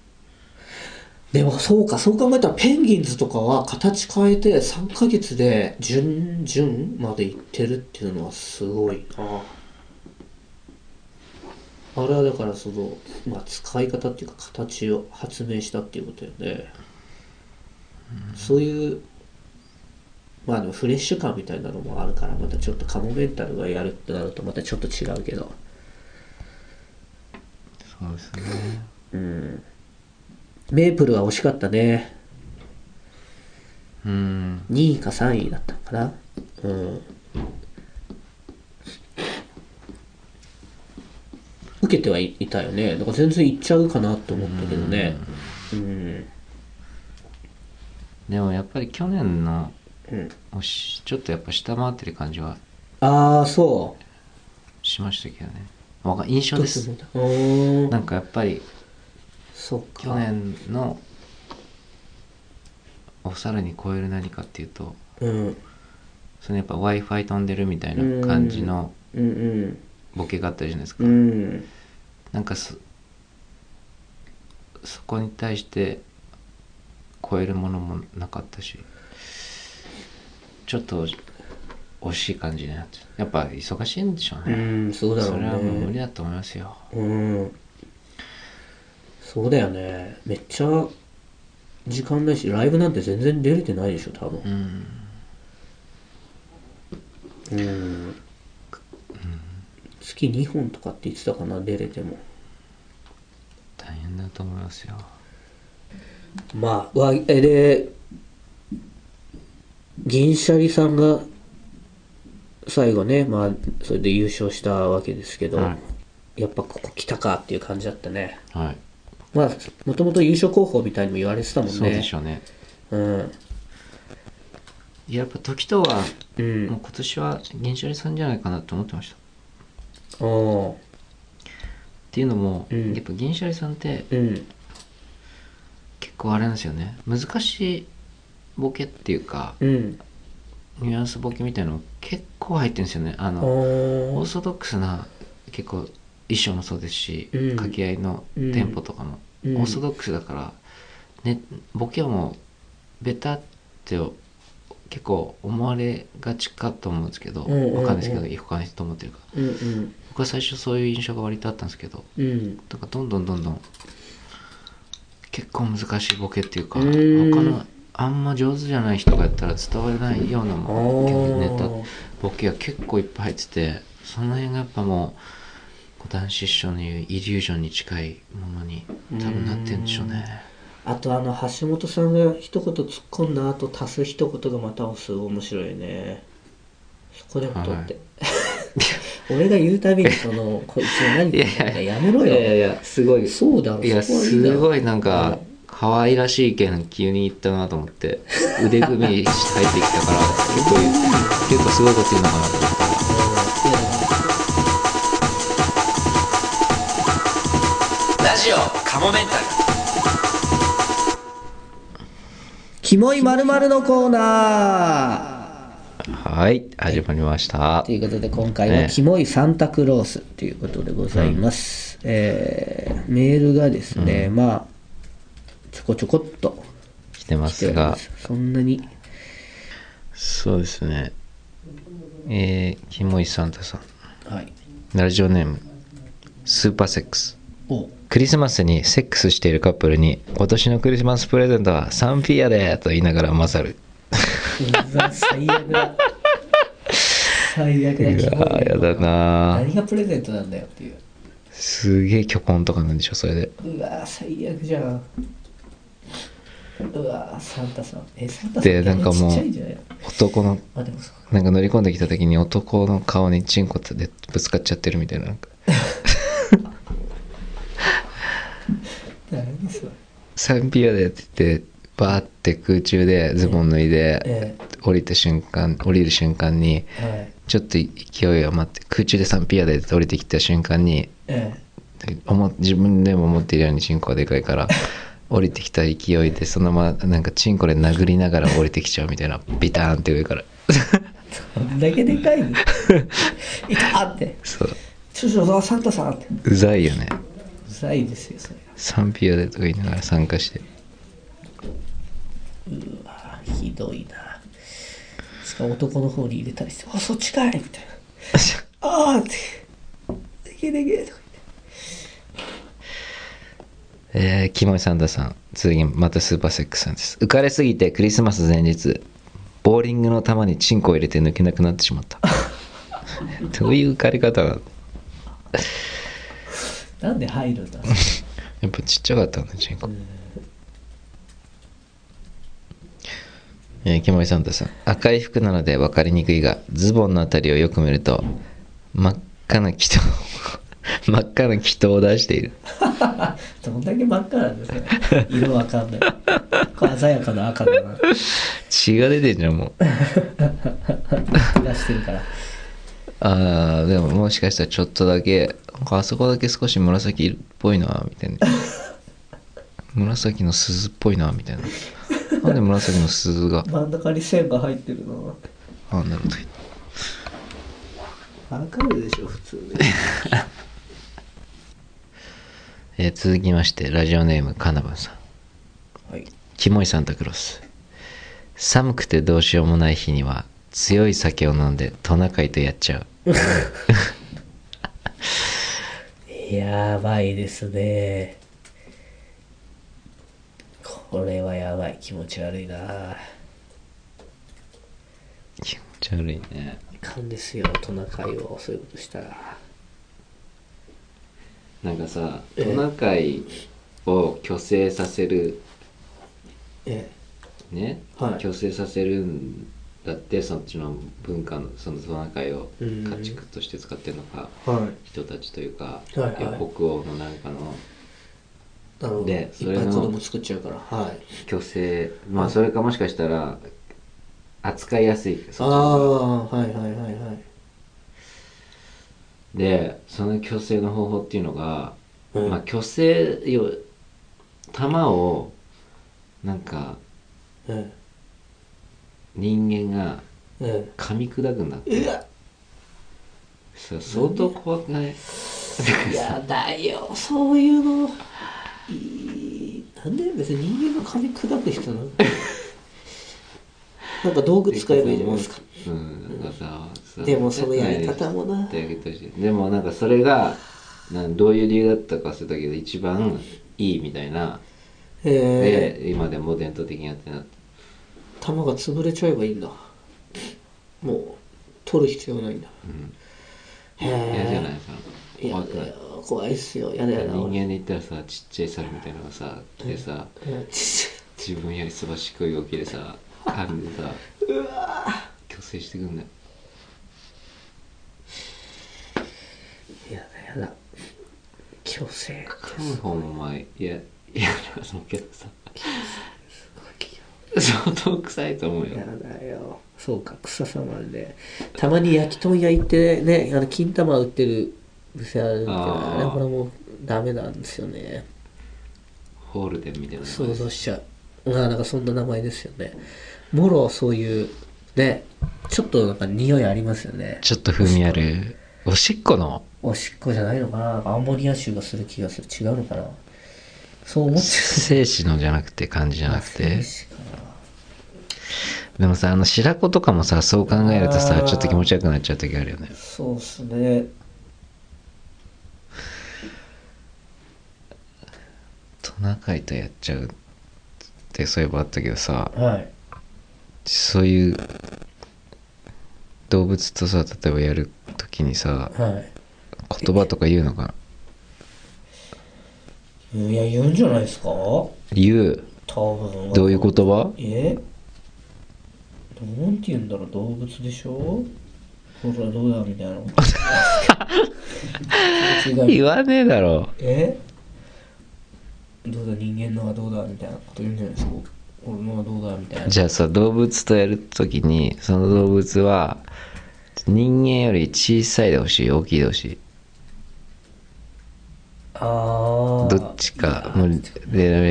Speaker 1: でもそうかそう考えたらペンギンズとかは形変えて3ヶ月で準々までいってるっていうのはすごいなあれはだからその、まあ、使い方っていうか形を発明したっていうことよねそういうまあでもフレッシュ感みたいなのもあるからまたちょっとカモメンタルがやるってなるとまたちょっと違うけど
Speaker 2: そうですね
Speaker 1: うんメープルは惜しかったね
Speaker 2: うん
Speaker 1: 2位か3位だったのかなうん受けてはいいたよねだから全然いっちゃうかなと思ったけどねうん
Speaker 2: でもやっぱり去年の
Speaker 1: うん
Speaker 2: をしちょっとやっぱ下回ってる感じは
Speaker 1: ああそう
Speaker 2: しましたけどねわかん印象
Speaker 1: どう
Speaker 2: で
Speaker 1: し
Speaker 2: す
Speaker 1: てだうーん
Speaker 2: なんかやっぱり
Speaker 1: そうか
Speaker 2: 去年のおさらに超える何かっていうと
Speaker 1: うん
Speaker 2: そのやっぱ w i f i 飛んでるみたいな感じの
Speaker 1: うん
Speaker 2: ボケがあったじゃないですか、
Speaker 1: うんうん
Speaker 2: なんかそそこに対して超えるものもなかったしちょっと惜しい感じになっちゃうやっぱ忙しいんでしょう
Speaker 1: う
Speaker 2: ね、
Speaker 1: んそうだろ
Speaker 2: そうれはもう無
Speaker 1: ね
Speaker 2: 理だと思いますよ
Speaker 1: うんそうだよねめっちゃ時間ないしライブなんて全然出れてないでしょ多分
Speaker 2: うん
Speaker 1: うん月2本とかって言ってたかな出れても
Speaker 2: 大変だと思いますよ
Speaker 1: まあわえで銀シャリさんが最後ねまあそれで優勝したわけですけど、
Speaker 2: は
Speaker 1: やっぱここ来たかっていう感じだったね
Speaker 2: はい
Speaker 1: まあもともと優勝候補みたいにも言われてたもんね
Speaker 2: そうでしょうね
Speaker 1: うん
Speaker 2: いややっぱ時とは
Speaker 1: う
Speaker 2: もうん今年は銀シャリさんじゃないかなと思ってましたっ
Speaker 1: おー
Speaker 2: ていうのも、
Speaker 1: うん
Speaker 2: やっぱ銀シャリさんって
Speaker 1: うん
Speaker 2: 結構あれなんですよね難しいボケっていうか
Speaker 1: うん
Speaker 2: ニュアンスボケみたいなの結構入ってるんですよねあのオ
Speaker 1: お
Speaker 2: ー
Speaker 1: ー
Speaker 2: ソドックスな結構衣装もそうですし、
Speaker 1: うん
Speaker 2: 掛け合いのテンポとかも、
Speaker 1: うん
Speaker 2: オーソドックスだから、ね、ボケはもうベタって結構思われがちかと思うんですけど、
Speaker 1: うんうんうん
Speaker 2: わかんないですけど他の人と思ってるか
Speaker 1: うんうん
Speaker 2: 僕は最初そういう印象が割とあったんですけど
Speaker 1: うん
Speaker 2: だからどんどんどんどん結構難しいボケっていうか
Speaker 1: うーん
Speaker 2: 他のあんま上手じゃない人がやったら伝われないようなネタボケが結構いっぱい入っててその辺がやっぱもうこう男子師匠の言うイリュージョンに近いものに多分なってんでしょうね
Speaker 1: あとあの橋本さんが一言突っ込んだ後足す一言がまたすごい面白いねそこでも取って、俺が言うたびにそのこいつ何言ってんだやめろよ
Speaker 2: やすごい
Speaker 1: そうだろ
Speaker 2: いや
Speaker 1: そこはいいだ
Speaker 2: す
Speaker 1: ろ
Speaker 2: ごいなん
Speaker 1: う
Speaker 2: か
Speaker 1: ん
Speaker 2: 可愛らしい意見急に言ったなと思って腕組みして入ってきたから結構結構すごいこと言うのかなと思ってラジオカモメンタル
Speaker 1: キモいまるのコーナ
Speaker 2: はい始まりました
Speaker 1: ーということで今回
Speaker 2: ね
Speaker 1: はキモいサンタクロースということでございます、えーメールがですね、まあちょこちょこっと
Speaker 2: 来てま
Speaker 1: 来て
Speaker 2: す
Speaker 1: おりま
Speaker 2: が
Speaker 1: すそんなに
Speaker 2: そうですねえー、キモイサンタさん
Speaker 1: はい
Speaker 2: ラジオネームスーパーセックス
Speaker 1: お
Speaker 2: クリスマスにセックスしているカップルに今年のクリスマスプレゼントはサンピアでと言いながら勝る
Speaker 1: うわ最悪だ最悪
Speaker 2: いや
Speaker 1: だキモい
Speaker 2: ーやだなー
Speaker 1: 何がプレゼントなんだよっていう
Speaker 2: すげえ虚婚とかなんでしょそれで
Speaker 1: うわ最悪じゃんうわサンタさんえサンタさん
Speaker 2: でなんかもう
Speaker 1: ちっちゃいんじゃないの
Speaker 2: 男の
Speaker 1: あでもそう
Speaker 2: なんか乗り込んできた時に男の顔にチンコでぶつかっちゃってるみたいななんか
Speaker 1: 何それ
Speaker 2: サンピアでって言ってバーって空中でズボン脱いで
Speaker 1: え
Speaker 2: 降りた瞬間降りる瞬間に
Speaker 1: えはい
Speaker 2: ちょっと勢い余って空中でサンピアでって降りてきた瞬間に
Speaker 1: え
Speaker 2: 思自分でも思っているようにチンコはでかいから降りてきた勢いでそのままなんかチンコで殴りながら降りてきちゃうみたいなビターンって上から
Speaker 1: えどんだけでか
Speaker 2: <laughs>
Speaker 1: いのいたって
Speaker 2: そう
Speaker 1: ちょちょうわサンタさんってう
Speaker 2: うざいよね
Speaker 1: ざいですよそれ
Speaker 2: サンピアでとか言いながら参加して <laughs>
Speaker 1: うわひどいなしかも男の方に入れたりして「あそっちかい」みたいな「ああ」って「でけでけ」とか
Speaker 2: えー、キモイサンダさん続きまたスーパーセックスさんです浮かれすぎてクリスマス前日ボーリングの球にチンコを入れて抜けなくなってしまった <laughs> どういう浮かれ方な
Speaker 1: 言
Speaker 2: の
Speaker 1: ってなんで入るんだ
Speaker 2: やっぱちっちゃかったんだチンコえー、キモイサンタさん赤い服なので分かりにくいがズボンのあたりをよく見ると真っ赤な祈祷 <laughs> 真っ赤な祈祷を出している
Speaker 1: どんだけ真っ赤なんですか色わかんないこれ鮮やかな赤だな
Speaker 2: 血が出てんじゃんもう
Speaker 1: 出してるから
Speaker 2: あーでももしかしたらちょっとだけなんかあそこだけ少し紫っぽいなみたいな紫の鈴っぽいなみたいななんで紫の鈴が
Speaker 1: 真ん中に線が入ってるな
Speaker 2: あんだろうと
Speaker 1: わかるでしょ普通に
Speaker 2: えー続きましてラジオネームカナバンさん
Speaker 1: はい
Speaker 2: キモいサンタクロース寒くてどうしようもない日には強い酒を飲んでトナカイとやっちゃう
Speaker 1: やばいですねこれはやばい気持ち悪いな
Speaker 2: 気持ち悪いね
Speaker 1: いかんですよトナカイをそういうことしたら
Speaker 2: なんかさ
Speaker 1: え
Speaker 2: トナカイを虚勢させる
Speaker 1: え
Speaker 2: ね、
Speaker 1: はい
Speaker 2: 強制させるんだってそっちの文化のそのトナカイを
Speaker 1: うん
Speaker 2: 家畜として使ってるのか、
Speaker 1: えは
Speaker 2: 人たちというか、
Speaker 1: いはい
Speaker 2: や北欧のなんかの
Speaker 1: いなるほどい
Speaker 2: で
Speaker 1: っ
Speaker 2: そ
Speaker 1: ぱ
Speaker 2: れ
Speaker 1: い
Speaker 2: の
Speaker 1: 子供作っちゃうからはい
Speaker 2: 虚勢まあそれかもしかしたら扱いやすいそ
Speaker 1: あ
Speaker 2: っちの方が
Speaker 1: あはいはいはいはい
Speaker 2: でその虚勢の方法っていうのが、
Speaker 1: うん
Speaker 2: まあ虚勢よ玉をなんか
Speaker 1: え
Speaker 2: 人間が
Speaker 1: ええ
Speaker 2: 噛み砕くんだって
Speaker 1: えうわ
Speaker 2: そう相当怖くない
Speaker 1: やだよそういうのいいなんで別に人間の髪砕く人なのなんか道具使えばいいじゃないですか
Speaker 2: うん、なんかささ
Speaker 1: でもそのやり方もな
Speaker 2: やってあげてほしいでもなんかそれがなんどういう理由だったか忘れたけど一番いいみたいな
Speaker 1: ええ
Speaker 2: で今でも伝統的にやってなって
Speaker 1: 玉が潰れちゃえばいいんだもう取る必要ないんだ、へえ
Speaker 2: 嫌じゃないか
Speaker 1: い
Speaker 2: 怖
Speaker 1: や
Speaker 2: くない
Speaker 1: 怖いっすよやだやだ
Speaker 2: 人間
Speaker 1: 俺
Speaker 2: で言ったらさちっちゃい猿みたいなのがさ来てさ
Speaker 1: うんち
Speaker 2: 自分よりすばしっこい動きでさ噛んでさ
Speaker 1: うわ
Speaker 2: 虚勢してくんだよ
Speaker 1: ーやだやだ強制
Speaker 2: 噛む方もまあいや嫌だと思うけどさ相当臭いと思う
Speaker 1: や
Speaker 2: よ
Speaker 1: だよそうか草さまでたまに焼き豚屋行ってねあの金玉売ってる店あるけど
Speaker 2: あー
Speaker 1: あれこれもうダメなんですよね
Speaker 2: ホールデンみたいな
Speaker 1: 想像しちゃうあなんかそんな名前ですよねもろそういうねちょっとなんか匂いありますよね
Speaker 2: ちょっと風味あるおしっこの
Speaker 1: おしっこじゃないのかなアンモニア臭がする気がする違うのかなそう思っちゃう
Speaker 2: 精子のじゃなくて感じじゃなくてでもさあの白子とかもさそう考えると
Speaker 1: あ
Speaker 2: さ
Speaker 1: ー
Speaker 2: ちょっと気持ち悪くなっちゃう時あるよね
Speaker 1: そうっすね
Speaker 2: トナカイとやっちゃうってそういえばあったけどさ
Speaker 1: はい
Speaker 2: そういう動物とさ例えばやる時にさ
Speaker 1: はい
Speaker 2: 言葉とか言うのかない
Speaker 1: や言うんじゃないですか多
Speaker 2: 言う
Speaker 1: 分
Speaker 2: どういう言葉
Speaker 1: えなんて言うんだろう動物でしょほらどうだみ
Speaker 2: <laughs>
Speaker 1: たいな違う
Speaker 2: 言わねえだろ
Speaker 1: えどうだ人間のはどうだみたいなこと言うんじゃないですか俺のはどうだみたいな
Speaker 2: じゃあさ動物とやる時にその動物は人間より小さいでほしい大きいでほしい
Speaker 1: あ
Speaker 2: どっちかもうで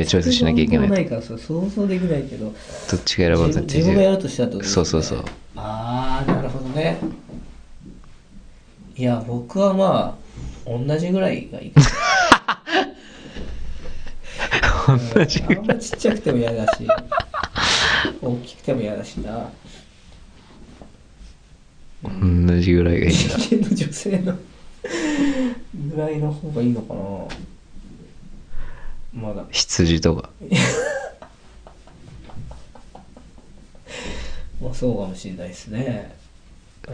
Speaker 2: チョイスしなきゃいけない
Speaker 1: 想像も
Speaker 2: ど
Speaker 1: ないからそれ想像できないけど
Speaker 2: っちが選ば
Speaker 1: 自
Speaker 2: ずっ
Speaker 1: 分
Speaker 2: て
Speaker 1: 自分がや
Speaker 2: いう
Speaker 1: るとしたらってことですね
Speaker 2: そうそうそう
Speaker 1: ああなるほどねいや僕はまあ同じぐらいがいいかな <laughs>
Speaker 2: 同じ
Speaker 1: あんまちっちゃくても嫌だし大きくても嫌だしな
Speaker 2: 同じぐらいがいいんだ
Speaker 1: 人間の女性のぐらいの方がいいのかなまだ
Speaker 2: 羊とか
Speaker 1: まあそうかもしれないですねうん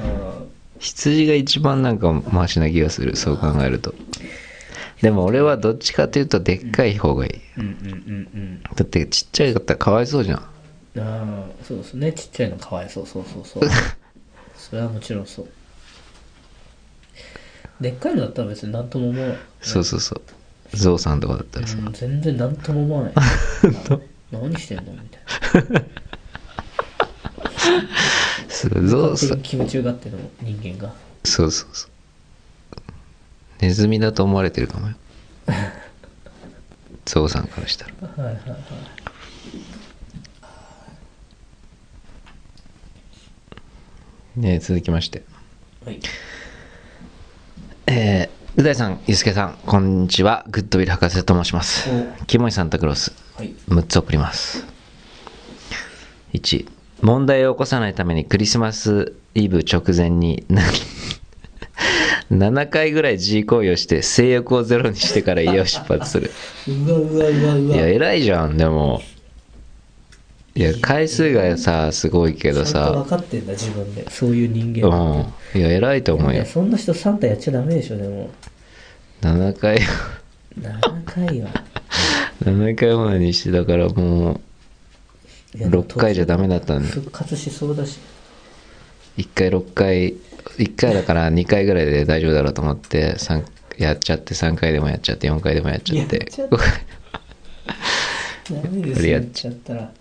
Speaker 2: 羊が一番なんかマシな気がするそう考えるとでも俺はどっちかというとでっかい方がいい
Speaker 1: うんうんうん
Speaker 2: だってちっちゃいかったらかわいそうじゃん
Speaker 1: うんああそうですねちっちゃいのかわいそうそうそう <laughs> そうそれはもちろんそうでっかいのだったら別に何とも思わない
Speaker 2: そうそうそうゾウさんとかだったらさ
Speaker 1: うん、全然何とも思わ <laughs> ない何してんのみたいな
Speaker 2: そうゾウ
Speaker 1: 勝
Speaker 2: さ
Speaker 1: 手に気持ちよがってるの人間が
Speaker 2: そうそうそうネズミだと思われてるかもよゾウさんからしたら
Speaker 1: はいはいはい
Speaker 2: ね続きまして
Speaker 1: はい
Speaker 2: えー、う大さんゆうすけさんこんにちはグッドウィル博士と申します
Speaker 1: お
Speaker 2: キモいサンタクロース
Speaker 1: はい
Speaker 2: 6つ送ります1問題を起こさないためにクリスマスイブ直前にな <laughs> 7回ぐらい G 行為をして性欲をゼロにしてから家を出発する
Speaker 1: うわうわうわう
Speaker 2: い
Speaker 1: わ
Speaker 2: や偉いじゃんでもいや回数がさすごいけど
Speaker 1: ちゃんと
Speaker 2: さ
Speaker 1: 分かってんだ自分でそういう人
Speaker 2: う
Speaker 1: 間
Speaker 2: んいや偉いと思う
Speaker 1: い
Speaker 2: よ
Speaker 1: やそんな人サンタやっちゃダメでしょでも
Speaker 2: 7回
Speaker 1: 7回は
Speaker 2: 7回もにしてだからもう
Speaker 1: いや
Speaker 2: 6回じゃダメだったんで
Speaker 1: 復活しそうだし
Speaker 2: 1回6回1回だから2回ぐらいで大丈夫だろうと思って三やっちゃって3回でもやっちゃって4回でもやっちゃって
Speaker 1: やっちゃったダメですよ
Speaker 2: や
Speaker 1: や
Speaker 2: っ
Speaker 1: っちゃったら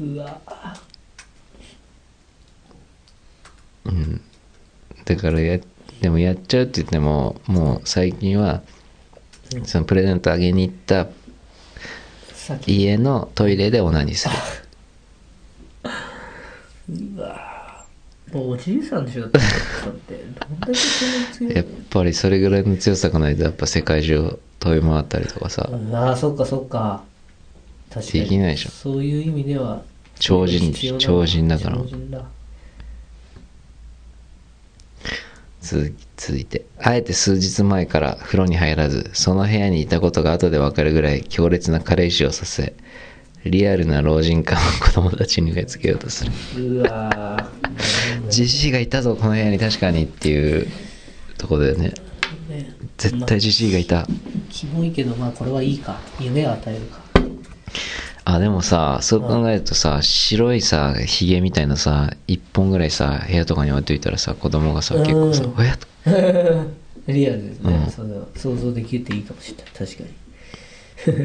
Speaker 1: うわ
Speaker 2: うんだからやでもやっちゃうって言ってももう最近はそのプレゼントあげに行った
Speaker 1: さっき
Speaker 2: 家のトイレでオナニーする
Speaker 1: うわもうおじいさんでしょだってサンタってどんだけ気持ち
Speaker 2: や
Speaker 1: よ
Speaker 2: っぱりそれぐらいの強さがないとやっぱ世界中を飛び回ったりとかさ
Speaker 1: ああそっかそっか確かに
Speaker 2: できないでしょ
Speaker 1: そういう意味では
Speaker 2: 超人
Speaker 1: 必要な
Speaker 2: 超人だから
Speaker 1: 超人だ
Speaker 2: 続き続いてあえて数日前から風呂に入らずその部屋にいたことが後で分かるぐらい強烈な加齢臭をさせリアルな老人科の子供たちに植え付けようとする
Speaker 1: うわー
Speaker 2: ジジイがいたぞこの部屋に確かにっていうとこだよね
Speaker 1: ね
Speaker 2: 絶対ジジイがいた
Speaker 1: キモいけどまあこれはいいか夢を与えるか <laughs>
Speaker 2: あでもさそう考えるとさ白いさヒゲみたいなさ一本ぐらいさ部屋とかに置いといたらさ子供がさ結構さ
Speaker 1: うん
Speaker 2: 「親と
Speaker 1: リアルですね、
Speaker 2: うん
Speaker 1: それは想像できるっていいかもしれない確か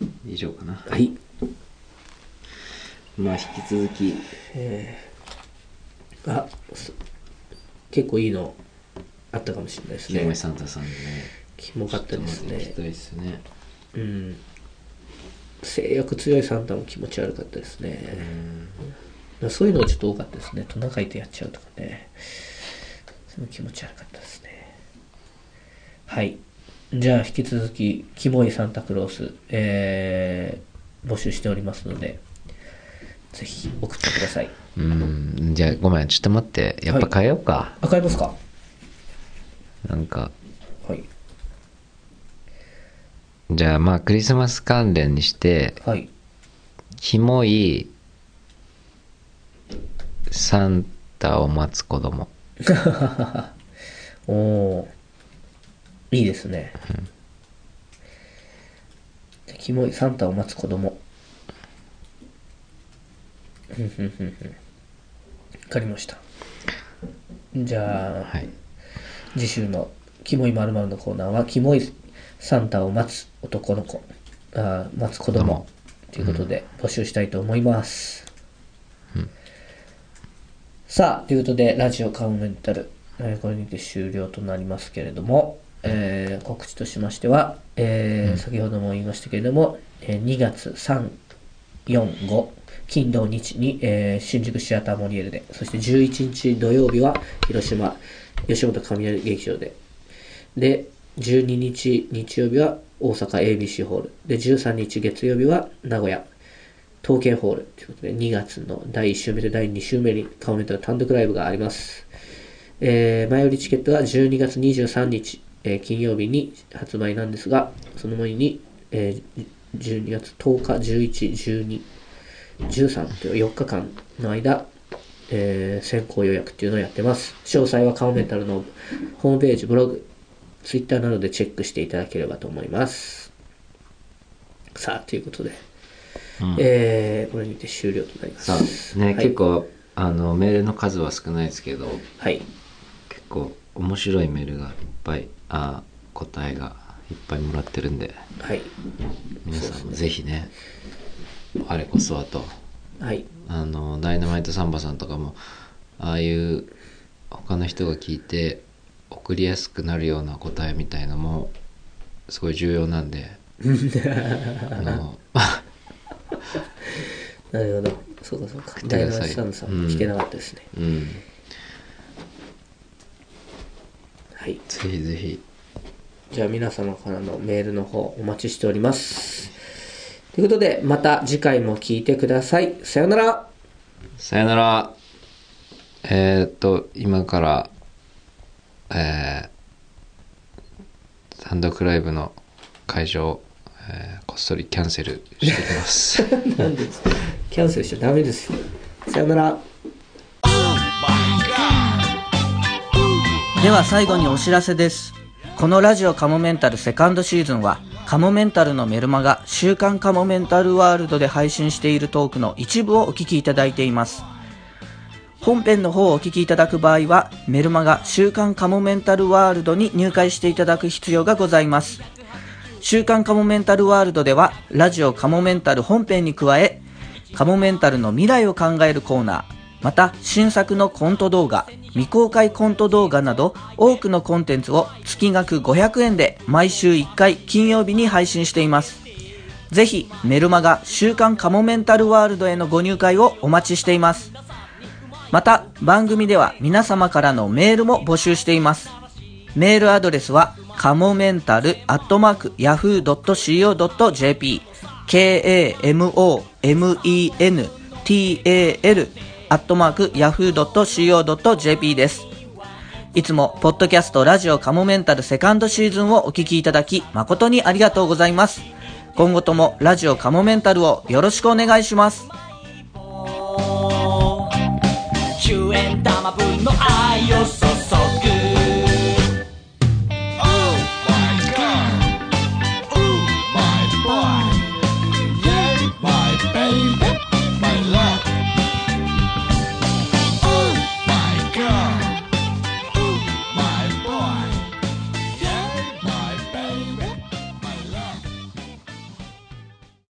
Speaker 1: に
Speaker 2: 以上かな
Speaker 1: はい
Speaker 2: まあ引き続き
Speaker 1: あそ結構いいのあったかもしれないです
Speaker 2: ひろ
Speaker 1: ね
Speaker 2: めサンタさんでね
Speaker 1: キモかったです
Speaker 2: 聞き
Speaker 1: ね
Speaker 2: たいですね
Speaker 1: うん性欲強いサンタも気持ち悪かったですね、そういうのがちょっと多かったですねトナカイとやっちゃうとかねそれも気持ち悪かったですねはいじゃあ引き続きキモいサンタクロース、えー募集しておりますのでぜひ送ってください
Speaker 2: うんじゃあごめんちょっと待ってやっぱ変えようか、
Speaker 1: あ買いますか
Speaker 2: なんか
Speaker 1: はい
Speaker 2: じゃあまあクリスマス関連にして
Speaker 1: はい
Speaker 2: キモいサンタを待つ子供
Speaker 1: お <laughs> おーいいですね、キモいサンタを待つ子供ふんふんふんふんわかりましたじゃあ、
Speaker 2: はい
Speaker 1: 次週の「キモいまるのコーナーは「キモいサンタを待つ男の子」あー待つ子供ということで募集したいと思います、さあということでラジオカウメンタル、えーこれにて終了となりますけれども、えー告知としましては、えー先ほども言いましたけれども、えー2月3 4、5金土日に、えー新宿シアターモリエルでそして11日土曜日は広島吉本雷劇場でで12日日曜日は大阪 ABC ホールで13日月曜日は名古屋東京ホールということで2月の第1週目と第2週目にカウメントの単独ライブがありますえー前売りチケットは12月23日、えー金曜日に発売なんですが、その前に、えー12月10日、11、12、13という4日間の間、えー先行予約っていうのをやってます。詳細はカオメンタルのホームページ、ブログ、ツイッターなどでチェックしていただければと思います。さあ、ということで、
Speaker 2: うん
Speaker 1: えーこれにて終了となります。
Speaker 2: さあね、
Speaker 1: い
Speaker 2: 結構あのメールの数は少ないですけど
Speaker 1: はい。
Speaker 2: 結構面白いメールがいっぱいあ答えがいっぱいもらってるんで
Speaker 1: はい。
Speaker 2: 皆さんもぜひねあれこそはと
Speaker 1: はい。
Speaker 2: あのダイナマイトサンバさんとかもああいう他の人が聞いて送りやすくなるような答えみたいのもすごい重要なんであの <laughs>
Speaker 1: なるほど。そうかそうか。
Speaker 2: って
Speaker 1: ダ
Speaker 2: く
Speaker 1: イナ
Speaker 2: ださい
Speaker 1: マイトサンドさんも聞けなかったですね。
Speaker 2: うん
Speaker 1: はい。
Speaker 2: ぜひぜひ
Speaker 1: じゃあ皆様からのメールの方お待ちしております。ということで、また次回も聞いてください。さようなら
Speaker 2: さよなら。えー、っと、今から、えー、単独ライブの会場、えーこっそりキャンセルしてきます。
Speaker 1: なんでですかキャンセルしちゃダメですよ。さようなら
Speaker 3: では最後にお知らせです。このラジオカモメンタルセカンドシーズンは、カモメンタルのメルマが週刊カモメンタルワールドで配信しているトークの一部をお聞きいただいています。本編の方をお聞きいただく場合は、メルマが週刊カモメンタルワールドに入会していただく必要がございます。週刊カモメンタルワールドでは、ラジオカモメンタル本編に加え、カモメンタルの未来を考えるコーナー、また新作のコント動画、未公開コント動画など多くのコンテンツを月額500円で毎週1回金曜日に配信しています。ぜひメルマガ週刊カモメンタルワールドへのご入会をお待ちしています。また番組では皆様からのメールも募集しています。メールアドレスは、かもめんたる、アットマーク、ヤフー .co.jp、k-a-m-o-m-e-n-t-a-l、アットマーク、ヤフー .co.jp です。いつも、ポッドキャスト、ラジオ、カモメンタル、セカンドシーズンをお聞きいただき、誠にありがとうございます。今後ともラジオカモメンタルをよろしくお願いします
Speaker 4: 10円玉分の青